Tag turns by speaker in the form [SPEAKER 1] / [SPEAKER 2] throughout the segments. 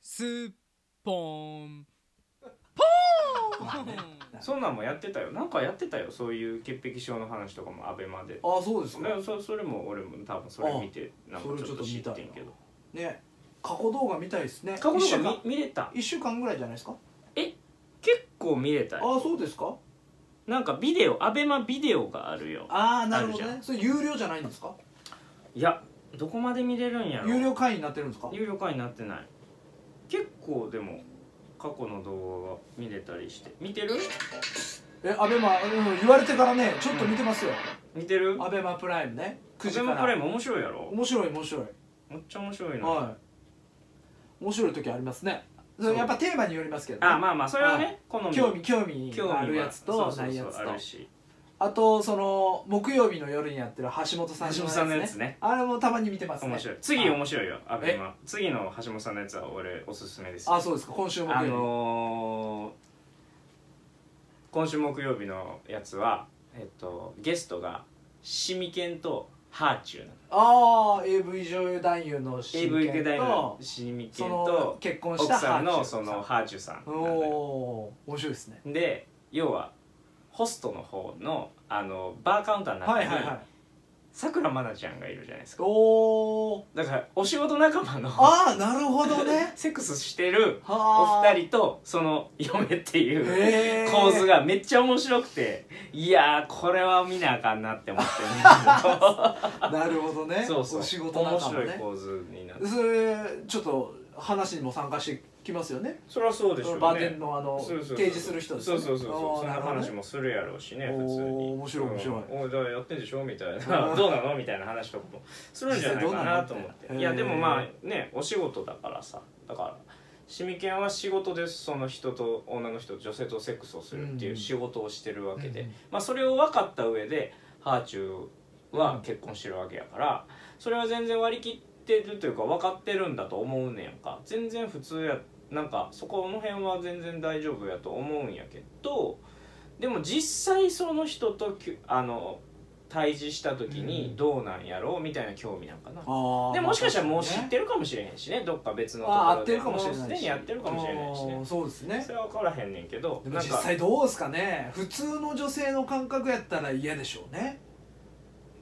[SPEAKER 1] スッポンポーン、
[SPEAKER 2] そんなんもやってたよなんかやってたよそういう潔癖症の話とかもアベマで
[SPEAKER 3] ああそうです
[SPEAKER 2] だか
[SPEAKER 3] ね
[SPEAKER 2] らそそれも俺も多分それ見てなんかちょっと知ってんけど
[SPEAKER 3] ね過去動画見たいですね
[SPEAKER 2] 過去
[SPEAKER 3] 一週
[SPEAKER 2] と
[SPEAKER 3] 間
[SPEAKER 2] か見見れた
[SPEAKER 3] 一週間ぐらいじゃないですか
[SPEAKER 2] 結構見れたよ
[SPEAKER 3] ああそうですか
[SPEAKER 2] なんかビデオアベマビデオがあるよ
[SPEAKER 3] ああなるほど
[SPEAKER 2] あるじ
[SPEAKER 3] ねそれ有料じゃないんですか
[SPEAKER 2] いやどこまで見れるんやろ
[SPEAKER 3] 有料会員になってるんですか
[SPEAKER 2] 有料会になってない結構でも過去の動画が見れたりして見てる
[SPEAKER 3] えアベマうん言われてからねちょっと見てますよ
[SPEAKER 2] 見てる
[SPEAKER 3] アベマプライムね9時か
[SPEAKER 2] アベマプライ
[SPEAKER 3] ら
[SPEAKER 2] ム面白いやろ
[SPEAKER 3] 面白い面白い
[SPEAKER 2] めっちゃ面白いな、
[SPEAKER 3] はい面白い時ありますねそ
[SPEAKER 2] そう
[SPEAKER 3] れやっぱテーマによりますけどね
[SPEAKER 2] あまあまあそれは
[SPEAKER 3] は
[SPEAKER 2] ね好み
[SPEAKER 3] 興味興味
[SPEAKER 2] 興味
[SPEAKER 3] があるやつ
[SPEAKER 2] は
[SPEAKER 3] と
[SPEAKER 2] そうそうそう
[SPEAKER 3] ないやつと
[SPEAKER 2] あるし
[SPEAKER 3] あとその木曜日の夜にやってる橋本さんの
[SPEAKER 2] 橋
[SPEAKER 3] や
[SPEAKER 2] 本
[SPEAKER 3] つ
[SPEAKER 2] さんの
[SPEAKER 3] ね
[SPEAKER 2] やつね
[SPEAKER 3] あれもたまに見てますね
[SPEAKER 2] 面白い次
[SPEAKER 3] あ
[SPEAKER 2] 面白いよアベマ次の橋本さんのやつは俺おすすめですよ
[SPEAKER 3] あそうですか今週木曜日、
[SPEAKER 2] あのー、今週木曜日のやつはえっとゲストがシミケンとハーチューなの
[SPEAKER 3] ああ AV 女優男優の真
[SPEAKER 2] AV
[SPEAKER 3] 剣
[SPEAKER 2] 系大の
[SPEAKER 3] と
[SPEAKER 2] シミケ
[SPEAKER 3] そ
[SPEAKER 2] ン
[SPEAKER 3] の
[SPEAKER 2] と
[SPEAKER 3] 結婚し
[SPEAKER 2] 奥
[SPEAKER 3] た
[SPEAKER 2] さん
[SPEAKER 3] ハ
[SPEAKER 2] の
[SPEAKER 3] ーチ
[SPEAKER 2] そ
[SPEAKER 3] ューさん
[SPEAKER 2] のハーチューさん
[SPEAKER 3] お
[SPEAKER 2] なんだよ
[SPEAKER 3] おー面白いですね
[SPEAKER 2] で要はホストの方のあのバーカウンターの中
[SPEAKER 3] はい
[SPEAKER 2] に
[SPEAKER 3] はいはい
[SPEAKER 2] さくらまなちゃんがいるじゃないですか
[SPEAKER 3] おお
[SPEAKER 2] だからお仕事仲間の
[SPEAKER 3] ああなるほどね
[SPEAKER 2] セックスしてる お
[SPEAKER 3] はー
[SPEAKER 2] 二人とその嫁っていう
[SPEAKER 3] へー
[SPEAKER 2] 構図がめっちゃ面白くていやーこれは見なあかんなって思ってる
[SPEAKER 3] なるほど
[SPEAKER 2] ん
[SPEAKER 3] ね
[SPEAKER 2] ですけど そうそう
[SPEAKER 3] お仕事仲間
[SPEAKER 2] 面白い
[SPEAKER 3] ね
[SPEAKER 2] 構図になって
[SPEAKER 3] それちょっと話にも参加してきますよね
[SPEAKER 2] そりゃそうでしょ
[SPEAKER 3] そうの
[SPEAKER 2] ね
[SPEAKER 3] バーテンのあの
[SPEAKER 2] そうそうそう
[SPEAKER 3] 提示する人ですよね
[SPEAKER 2] そうそうそうそう
[SPEAKER 3] あー
[SPEAKER 2] そんな
[SPEAKER 3] るほどね
[SPEAKER 2] 話もするやろうしね
[SPEAKER 3] おー
[SPEAKER 2] 普通に
[SPEAKER 3] 面白い面白い
[SPEAKER 2] うんおいだからやってんでしょみた いなどうなのみたいな話とかもするんじゃないかなと
[SPEAKER 3] 実際どう
[SPEAKER 2] 思っ
[SPEAKER 3] な
[SPEAKER 2] て
[SPEAKER 3] の
[SPEAKER 2] いや
[SPEAKER 3] へー
[SPEAKER 2] でもまあねお仕事だからさだからシミケンは仕事でその人と女の人女性とセックスをするっていう仕事をしてるわけで、
[SPEAKER 3] うんうん
[SPEAKER 2] まあ、それを分かった上でハーチューは結婚してるわけやからそれは全然割り切ってるというか分かってるんだと思うねんか全然普通やなんかそこの辺は全然大丈夫やと思うんやけどでも実際その人ときゅあの対峙した時にどうなんやろうみたいな興味なんかな。
[SPEAKER 3] あー
[SPEAKER 2] でもしかしたらもう知っ
[SPEAKER 3] る
[SPEAKER 2] てるかもしれへんしねどっか別のとこ
[SPEAKER 3] あー合
[SPEAKER 2] ろ
[SPEAKER 3] って
[SPEAKER 2] で
[SPEAKER 3] るかもしれないし
[SPEAKER 2] うすでにやってるかもしれないし
[SPEAKER 3] あー
[SPEAKER 2] ね
[SPEAKER 3] そうですね
[SPEAKER 2] それは分からへんねんけど
[SPEAKER 3] でも
[SPEAKER 2] なん
[SPEAKER 3] 実
[SPEAKER 2] か
[SPEAKER 3] 際どうですかね普通の女性の感覚やったら嫌でしょうね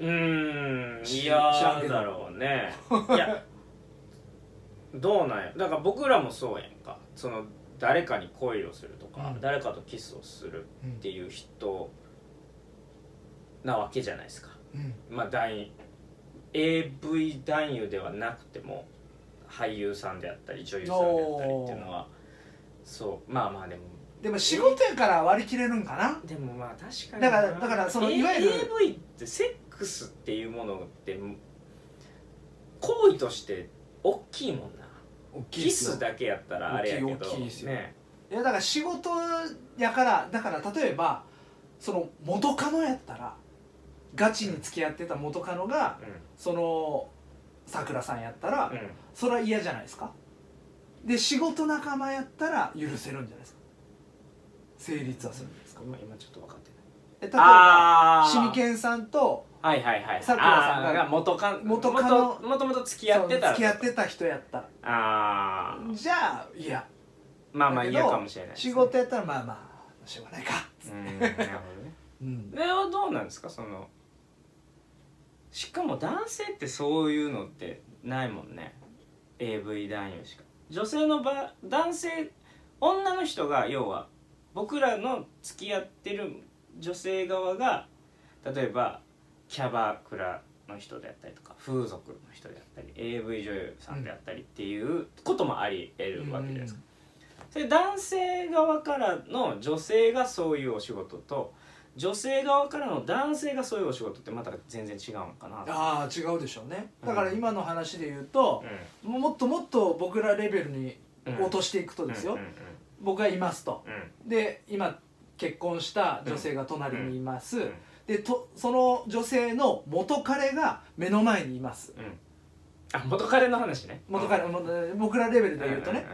[SPEAKER 2] うーん
[SPEAKER 3] し
[SPEAKER 2] いや
[SPEAKER 3] 知らん
[SPEAKER 2] ー
[SPEAKER 3] けど
[SPEAKER 2] だろうねいやどうなんやだから僕らもそうやんかその誰かに恋をするとか、
[SPEAKER 3] うん
[SPEAKER 2] 誰かとキスをするっていう人なわけじゃないですか
[SPEAKER 3] うん
[SPEAKER 2] まあ男優 AV 男優ではなくても俳優さんであったり女優さんであったりっていうのはそうまあまあでも
[SPEAKER 3] でも仕事やから割り切れるんかな
[SPEAKER 2] でもまあ確かに
[SPEAKER 3] だから
[SPEAKER 2] な
[SPEAKER 3] だからその
[SPEAKER 2] A-
[SPEAKER 3] いわゆる
[SPEAKER 2] AV ってセックスっていうものって行為として大きいもんな
[SPEAKER 3] 大きい
[SPEAKER 2] キ
[SPEAKER 3] ですよ
[SPEAKER 2] スだけやったらあれやけど
[SPEAKER 3] 大きい大きいですよ
[SPEAKER 2] ね
[SPEAKER 3] いやだから仕事やからだから例えばその元カノやったらガチに付き合ってた元カノが
[SPEAKER 2] う
[SPEAKER 3] そのさくらさんやったら
[SPEAKER 2] ん、うん、
[SPEAKER 3] それは嫌じゃないですかで仕事仲間やったら許せるんじゃないですか成立はするんですか
[SPEAKER 2] 今今ちょっと分かってない
[SPEAKER 3] え例えば
[SPEAKER 2] あ
[SPEAKER 3] シミ
[SPEAKER 2] ン
[SPEAKER 3] ケンさんと
[SPEAKER 2] はいはいはい
[SPEAKER 3] さくらさんが
[SPEAKER 2] あー元カノ
[SPEAKER 3] 元カノ
[SPEAKER 2] 元もともと付き合ってた
[SPEAKER 3] そ
[SPEAKER 2] ら
[SPEAKER 3] の付き合ってた人やったら
[SPEAKER 2] ああ
[SPEAKER 3] じゃあいや
[SPEAKER 2] まあまあ
[SPEAKER 3] だけ
[SPEAKER 2] 嫌
[SPEAKER 3] ど
[SPEAKER 2] かもしれないですね
[SPEAKER 3] 仕事やったらまあまあしょうがないか、
[SPEAKER 2] うんなるほどね
[SPEAKER 3] うん
[SPEAKER 2] そ、れはどうなんですかそのしかも男性ってそういうのってないもんね AV 男優しか女性の場男性女の人が要は僕らの付き合ってる女性側が例えばキャバクラの人であったりとか風俗の人であったり AV 女優さんであったりっていうこともあり得るわけじゃないですか、それ男性側からの女性がそういうお仕事と女性側からの男性がそういうお仕事ってまた全然違うのかなと
[SPEAKER 3] ああ違うでしょうねだから今の話で言うと、
[SPEAKER 2] う
[SPEAKER 3] もっともっと僕らレベルに
[SPEAKER 2] んうん
[SPEAKER 3] 落としていくとですよ、
[SPEAKER 2] うんうん
[SPEAKER 3] 僕がいますと
[SPEAKER 2] うん
[SPEAKER 3] で今結婚した女性が隣にいます、
[SPEAKER 2] うん
[SPEAKER 3] でとその女性の元彼が目の前にいます
[SPEAKER 2] うんうんあ元彼の話ね
[SPEAKER 3] 元彼、もう僕らレベルで言うとね、
[SPEAKER 2] んんん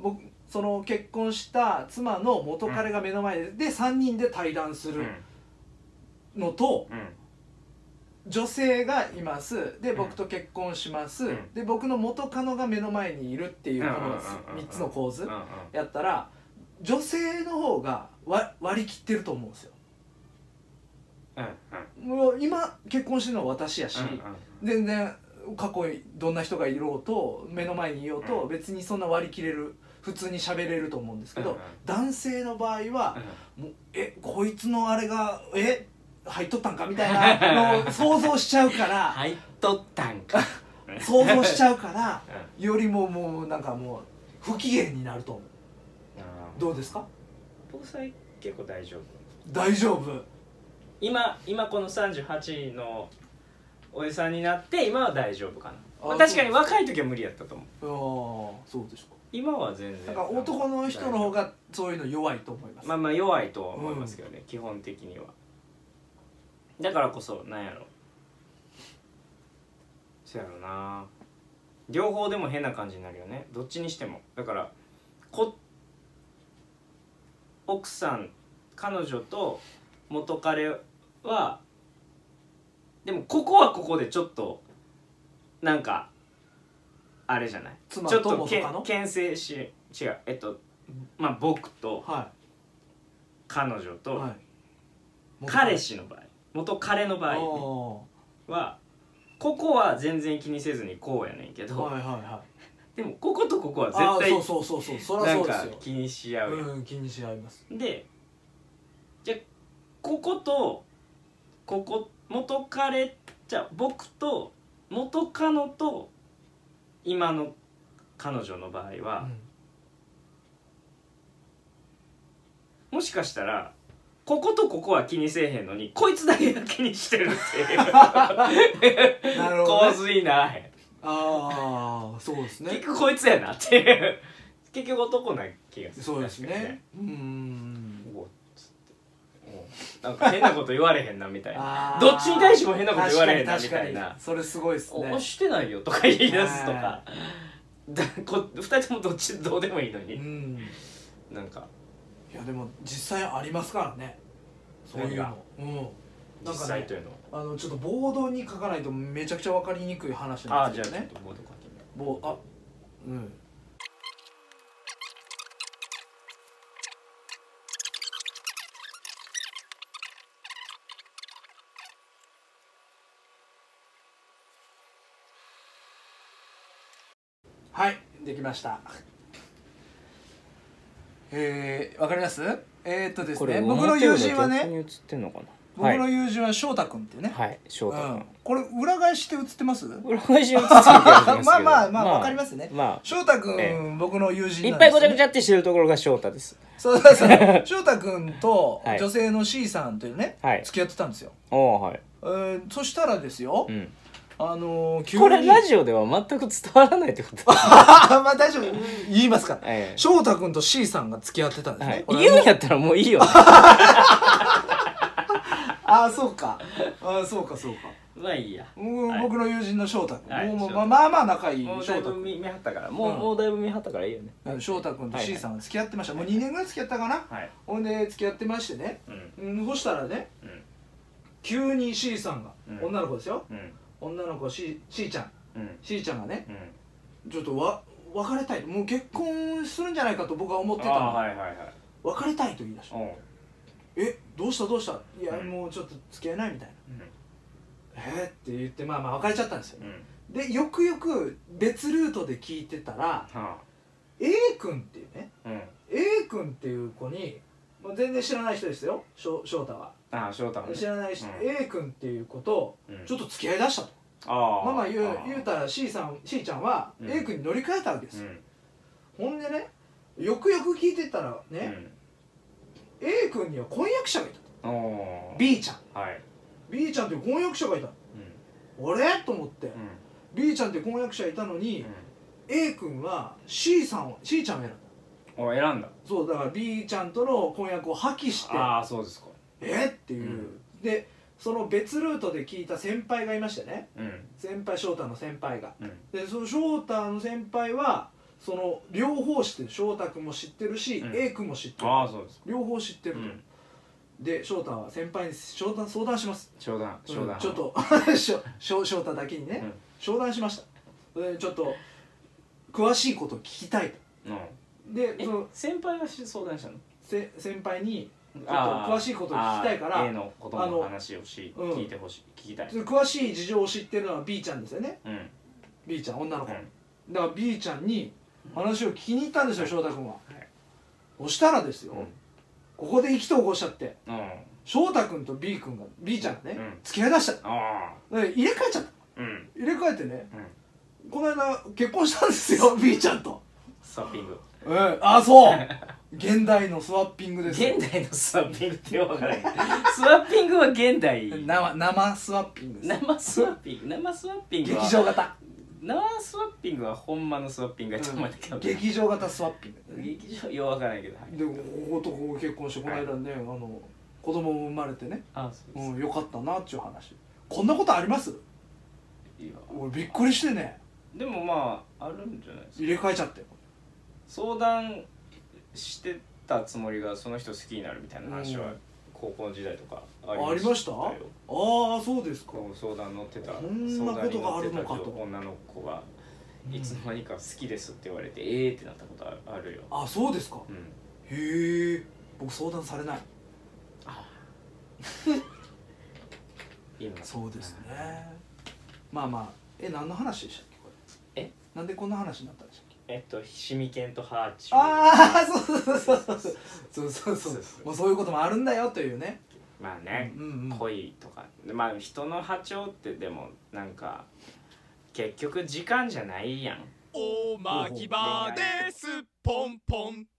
[SPEAKER 3] 僕その結婚した妻の元彼が目の前で,、で3人で対談す
[SPEAKER 2] うん
[SPEAKER 3] るのと、
[SPEAKER 2] うん
[SPEAKER 3] 女性がいますで
[SPEAKER 2] うん
[SPEAKER 3] 僕と結婚します、
[SPEAKER 2] うん
[SPEAKER 3] で僕の元カノが目の前にいるっていうこの
[SPEAKER 2] うんうんうんうん
[SPEAKER 3] 3つの構
[SPEAKER 2] う
[SPEAKER 3] 図
[SPEAKER 2] んうん
[SPEAKER 3] やったら女性の方が割割り切ってると思うんですよ
[SPEAKER 2] うんうん
[SPEAKER 3] もう今結婚してるのは私やし、
[SPEAKER 2] うんうん
[SPEAKER 3] 全然過去にどんな人がいろうと目の前にいようと
[SPEAKER 2] う
[SPEAKER 3] 別にそんな割り切れる普通に喋れると思うんですけど、
[SPEAKER 2] うんうん
[SPEAKER 3] 男性の場合は、もうえこいつのあれがえ入っとったんかみたい なのを想像しちゃうから
[SPEAKER 2] 入っとったんか
[SPEAKER 3] 想像しちゃうから
[SPEAKER 2] うんあ
[SPEAKER 3] よりももうなんかもう不機嫌になると思う
[SPEAKER 2] ー
[SPEAKER 3] どうですか
[SPEAKER 2] 僕さ結構大丈夫
[SPEAKER 3] 大丈夫
[SPEAKER 2] 今今この38のおじさんになって今は大丈夫かな
[SPEAKER 3] あ
[SPEAKER 2] ま
[SPEAKER 3] そ
[SPEAKER 2] あ
[SPEAKER 3] う
[SPEAKER 2] 確かに若い時は無理やったと思う
[SPEAKER 3] ああそうでしょう
[SPEAKER 2] 今は全
[SPEAKER 3] かな
[SPEAKER 2] 然
[SPEAKER 3] んか男の人の方がそういうの弱いと思います、
[SPEAKER 2] まあまあ弱いとは思いますけどね、基本的にはだからこそなんやろそやろな両方でも変な感じになるよねどっちにしてもだからこ奥さん彼女と元彼はでもここはここでちょっとなんかあれじゃないちょ
[SPEAKER 3] 妻
[SPEAKER 2] っ
[SPEAKER 3] と
[SPEAKER 2] と
[SPEAKER 3] 元
[SPEAKER 2] け
[SPEAKER 3] カノ
[SPEAKER 2] 牽制し違うえっとまあ僕と
[SPEAKER 3] は
[SPEAKER 2] 彼女
[SPEAKER 3] い、
[SPEAKER 2] と
[SPEAKER 3] はい、
[SPEAKER 2] 彼氏の場合元彼の場
[SPEAKER 3] あ
[SPEAKER 2] 合
[SPEAKER 3] ー
[SPEAKER 2] はここは全然気にせずにこうやねんけ
[SPEAKER 3] はい
[SPEAKER 2] ど
[SPEAKER 3] はいはい
[SPEAKER 2] でもこことここは
[SPEAKER 3] あー
[SPEAKER 2] 絶
[SPEAKER 3] そうそうそうそうそり
[SPEAKER 2] 対
[SPEAKER 3] ゃ
[SPEAKER 2] な
[SPEAKER 3] そ
[SPEAKER 2] ん
[SPEAKER 3] うです
[SPEAKER 2] か
[SPEAKER 3] よ
[SPEAKER 2] 気にし合うやん
[SPEAKER 3] うん気にし合います
[SPEAKER 2] でじゃあこことここ元彼じゃあ僕と元カノと今の彼女の場合は、 もしかしたらこことここは気にせえへんのにこいつだけが気にしてるって いう
[SPEAKER 3] うんなるほ
[SPEAKER 2] 構
[SPEAKER 3] ど、ね、
[SPEAKER 2] 図いいな
[SPEAKER 3] ああそうですね
[SPEAKER 2] 結局こいつやなっていう結局男な気がする
[SPEAKER 3] そうですね
[SPEAKER 2] 確か
[SPEAKER 3] うん
[SPEAKER 2] にねおっつっておうなんか変なこと言われへんなみたいな
[SPEAKER 3] あー
[SPEAKER 2] どっちに対しても変なこと言われへんな
[SPEAKER 3] 確かに
[SPEAKER 2] みたいな
[SPEAKER 3] 確かにそれすごいで
[SPEAKER 2] 「
[SPEAKER 3] す
[SPEAKER 2] お
[SPEAKER 3] ね
[SPEAKER 2] 押してないよ」とか言い出すと
[SPEAKER 3] は
[SPEAKER 2] かだこ2人ともどっちどうでもいいの
[SPEAKER 3] う
[SPEAKER 2] に
[SPEAKER 3] ん
[SPEAKER 2] なんか
[SPEAKER 3] いやでも実際ありますからねそういうのうんなん
[SPEAKER 2] 実
[SPEAKER 3] かね
[SPEAKER 2] 際というのは
[SPEAKER 3] あのちょっとボードに書かないとめちゃくちゃ分かりにくい話
[SPEAKER 2] あ
[SPEAKER 3] な
[SPEAKER 2] あ
[SPEAKER 3] んで
[SPEAKER 2] じゃあ
[SPEAKER 3] す
[SPEAKER 2] ち
[SPEAKER 3] けど
[SPEAKER 2] ょっ
[SPEAKER 3] ね
[SPEAKER 2] とボード書いてみよう
[SPEAKER 3] ボーあうんはいできましたえー、わかりますえー、っとですね僕の友人はね
[SPEAKER 2] 映ってんのかな
[SPEAKER 3] 僕の友人は翔太君っていうね、
[SPEAKER 2] はい翔
[SPEAKER 3] うん、これ裏返して映ってます
[SPEAKER 2] 裏返し映ってる気がしますけど
[SPEAKER 3] まあまあまあわかりますね
[SPEAKER 2] まあ
[SPEAKER 3] 翔太君、
[SPEAKER 2] え
[SPEAKER 3] 僕の友人
[SPEAKER 2] いっ
[SPEAKER 3] なん
[SPEAKER 2] ぱ
[SPEAKER 3] で
[SPEAKER 2] い
[SPEAKER 3] す
[SPEAKER 2] ご
[SPEAKER 3] よ
[SPEAKER 2] ちゃごちゃってしてるところが翔太です。
[SPEAKER 3] そうそうそう 翔太君と
[SPEAKER 2] はい
[SPEAKER 3] 女性の C さんというね、
[SPEAKER 2] はい
[SPEAKER 3] 付き合ってたんですよ、
[SPEAKER 2] おおはい。
[SPEAKER 3] えーそしたらですよ、
[SPEAKER 2] うん。
[SPEAKER 3] あのー、急に
[SPEAKER 2] これラジオでは全く伝わらないって こと。
[SPEAKER 3] あ まあ大丈夫言いますから
[SPEAKER 2] ええ
[SPEAKER 3] 翔太君と C さんが付き合ってたんです
[SPEAKER 2] は
[SPEAKER 3] ね
[SPEAKER 2] い、、
[SPEAKER 3] 俺
[SPEAKER 2] 言うんやったらもういいよ、ね。
[SPEAKER 3] ああそうかああそうかそうか、
[SPEAKER 2] まあいいや。
[SPEAKER 3] うん
[SPEAKER 2] はい
[SPEAKER 3] 僕の友人の翔太君、
[SPEAKER 2] はい
[SPEAKER 3] もう
[SPEAKER 2] 翔
[SPEAKER 3] まあ
[SPEAKER 2] 太
[SPEAKER 3] まあまあ仲いい
[SPEAKER 2] もう
[SPEAKER 3] 翔
[SPEAKER 2] だい
[SPEAKER 3] 太
[SPEAKER 2] ぶ
[SPEAKER 3] 君
[SPEAKER 2] 見見張ったから、もう、
[SPEAKER 3] うん
[SPEAKER 2] もうだいぶ見張ったからいいよね。
[SPEAKER 3] うん翔太君と C さんが付き合ってました、もう2年ぐらい付き合ったかな、
[SPEAKER 2] はい。
[SPEAKER 3] ほんで付き合ってましてね、
[SPEAKER 2] うん
[SPEAKER 3] うん、そしたらね
[SPEAKER 2] うん
[SPEAKER 3] 急に C さんが、
[SPEAKER 2] うん
[SPEAKER 3] 女の子ですよ
[SPEAKER 2] うん
[SPEAKER 3] 女の子 C, C ちゃん
[SPEAKER 2] うん
[SPEAKER 3] C ちゃんがね
[SPEAKER 2] うん。
[SPEAKER 3] ちょっとわ別れたいもう結婚するんじゃないかと僕は思ってた
[SPEAKER 2] ああ
[SPEAKER 3] の、
[SPEAKER 2] はいはいはい。
[SPEAKER 3] 別れたいと言い出した
[SPEAKER 2] おう
[SPEAKER 3] えどうしたどうしたいや、
[SPEAKER 2] うん
[SPEAKER 3] もうちょっと付き合えないみたいな
[SPEAKER 2] うん
[SPEAKER 3] えー、って言ってまあまあ別れちゃったんですよ
[SPEAKER 2] うん。
[SPEAKER 3] でよくよく別ルートで聞いてたら
[SPEAKER 2] は
[SPEAKER 3] A 君っていうね
[SPEAKER 2] あ。うん。
[SPEAKER 3] A 君っていう子に、まあ、全然知らない人ですよ翔翔太は
[SPEAKER 2] ああ翔太もね。
[SPEAKER 3] 知らない人、
[SPEAKER 2] うん
[SPEAKER 3] A 君っていう子と
[SPEAKER 2] うん
[SPEAKER 3] ちょっと付き合いだしたと、
[SPEAKER 2] ああ。
[SPEAKER 3] まあまあ言う
[SPEAKER 2] ああ
[SPEAKER 3] 言う。たら C さん C ちゃんは
[SPEAKER 2] うん
[SPEAKER 3] A 君に乗り換えたわけです
[SPEAKER 2] う
[SPEAKER 3] よ、
[SPEAKER 2] ん。
[SPEAKER 3] ほんでねよくよく聞いてたらね、A 君には婚約者がいたと
[SPEAKER 2] うん。おお。
[SPEAKER 3] B ちゃん
[SPEAKER 2] はい。
[SPEAKER 3] B ちゃんという婚約者がいた
[SPEAKER 2] う
[SPEAKER 3] あれと思って、
[SPEAKER 2] ん。うん。
[SPEAKER 3] B ちゃんっていう婚約者がいたのに、A 君は C さんを C ちゃんを選んだ
[SPEAKER 2] うん。お選んだ。
[SPEAKER 3] そうだから B ちゃんとの婚約を破棄して
[SPEAKER 2] ああそうですか。
[SPEAKER 3] えっていう、
[SPEAKER 2] うん
[SPEAKER 3] でその別ルートで聞いた先輩がいましてね
[SPEAKER 2] うん。
[SPEAKER 3] 先輩翔太の先輩が
[SPEAKER 2] うん。
[SPEAKER 3] でその翔太の先輩はその両方知ってる翔太君も知ってるし、
[SPEAKER 2] うん
[SPEAKER 3] A 君も知ってる
[SPEAKER 2] ああそうですか。
[SPEAKER 3] 両方知ってる
[SPEAKER 2] う
[SPEAKER 3] と、
[SPEAKER 2] ん。
[SPEAKER 3] で翔太は先輩に翔太相談します
[SPEAKER 2] 商談商談、
[SPEAKER 3] うんちょっと しょしょ翔太だけにね、
[SPEAKER 2] うん
[SPEAKER 3] 商談しましたそれでちょっと詳しいことを聞きたいと
[SPEAKER 2] うん
[SPEAKER 3] で
[SPEAKER 2] え
[SPEAKER 3] その
[SPEAKER 2] 先輩が相談したの
[SPEAKER 3] せ先輩にちょっと
[SPEAKER 2] あー
[SPEAKER 3] 詳しいことを聞きたいから
[SPEAKER 2] あー A のことの
[SPEAKER 3] あの
[SPEAKER 2] 話をし
[SPEAKER 3] うん
[SPEAKER 2] 聞いてほしい聞きたい
[SPEAKER 3] その詳しい事情を知ってるのは B ちゃんですよね
[SPEAKER 2] うん
[SPEAKER 3] B ちゃん女の
[SPEAKER 2] う
[SPEAKER 3] 子、
[SPEAKER 2] ん
[SPEAKER 3] だから B ちゃんに話を聞きに行ったんですよ翔太君は、
[SPEAKER 2] い
[SPEAKER 3] そしたらですよ、
[SPEAKER 2] うん
[SPEAKER 3] ここで意気投合しちゃって
[SPEAKER 2] うん
[SPEAKER 3] 翔太君と B 君が B ちゃんがね、
[SPEAKER 2] うん
[SPEAKER 3] 付き合いだした
[SPEAKER 2] あ
[SPEAKER 3] で入れ替えちゃった
[SPEAKER 2] ーうん
[SPEAKER 3] 入れ替えてね
[SPEAKER 2] うん
[SPEAKER 3] この間結婚したんですよ B ちゃんと
[SPEAKER 2] スワッピング
[SPEAKER 3] ええあ そう現代のスワッピングです
[SPEAKER 2] 現代のスワッピングってよくわ からないスワッピングは現代
[SPEAKER 3] 生生スワッピングです
[SPEAKER 2] 生スワッピング生スワッピングは
[SPEAKER 3] 劇場 型
[SPEAKER 2] 生スワッピングはほんまのスワッピングやと思うんだけど、
[SPEAKER 3] 劇場型スワッピング
[SPEAKER 2] 劇場ようわからないけど、はい、
[SPEAKER 3] でこことここ結婚してこの間ね、あの子供も生まれてね、
[SPEAKER 2] あそうです、
[SPEAKER 3] うん、よかったなっちゅう話こんなことあります
[SPEAKER 2] いいわ
[SPEAKER 3] 俺びっくりしてね
[SPEAKER 2] でもまああるんじゃないですか
[SPEAKER 3] 入れ替えちゃって
[SPEAKER 2] 相談してたつもりがその人好きになるみたいな話
[SPEAKER 3] う
[SPEAKER 2] は
[SPEAKER 3] ん
[SPEAKER 2] 高校時代とか
[SPEAKER 3] あ
[SPEAKER 2] あ
[SPEAKER 3] りましたあ
[SPEAKER 2] よ
[SPEAKER 3] あーそうですか
[SPEAKER 2] こう相談乗ってた
[SPEAKER 3] こんなことがあるのかと
[SPEAKER 2] 相談に乗ってた女の子が
[SPEAKER 3] うん
[SPEAKER 2] いつの間にか好きですって言われて、ええー、ってなったことああるよ、
[SPEAKER 3] あそうですか
[SPEAKER 2] うん、
[SPEAKER 3] へえ僕相談されない
[SPEAKER 2] 今
[SPEAKER 3] そうですねまあまあえ何の話でしたっけこれ
[SPEAKER 2] え
[SPEAKER 3] なんでこんな話になったんでしたっけ
[SPEAKER 2] えっとシミケンとハーチ
[SPEAKER 3] ああそうそうそうそうそうそうそう
[SPEAKER 2] そ
[SPEAKER 3] そうう
[SPEAKER 2] そう
[SPEAKER 3] もうそういうこともあるんだよというね
[SPEAKER 2] まあね、
[SPEAKER 3] うんうんうん
[SPEAKER 2] 恋とかまあ人の波長ってでもなんか結局時間じゃないやん
[SPEAKER 1] おまき場です。ポンポン。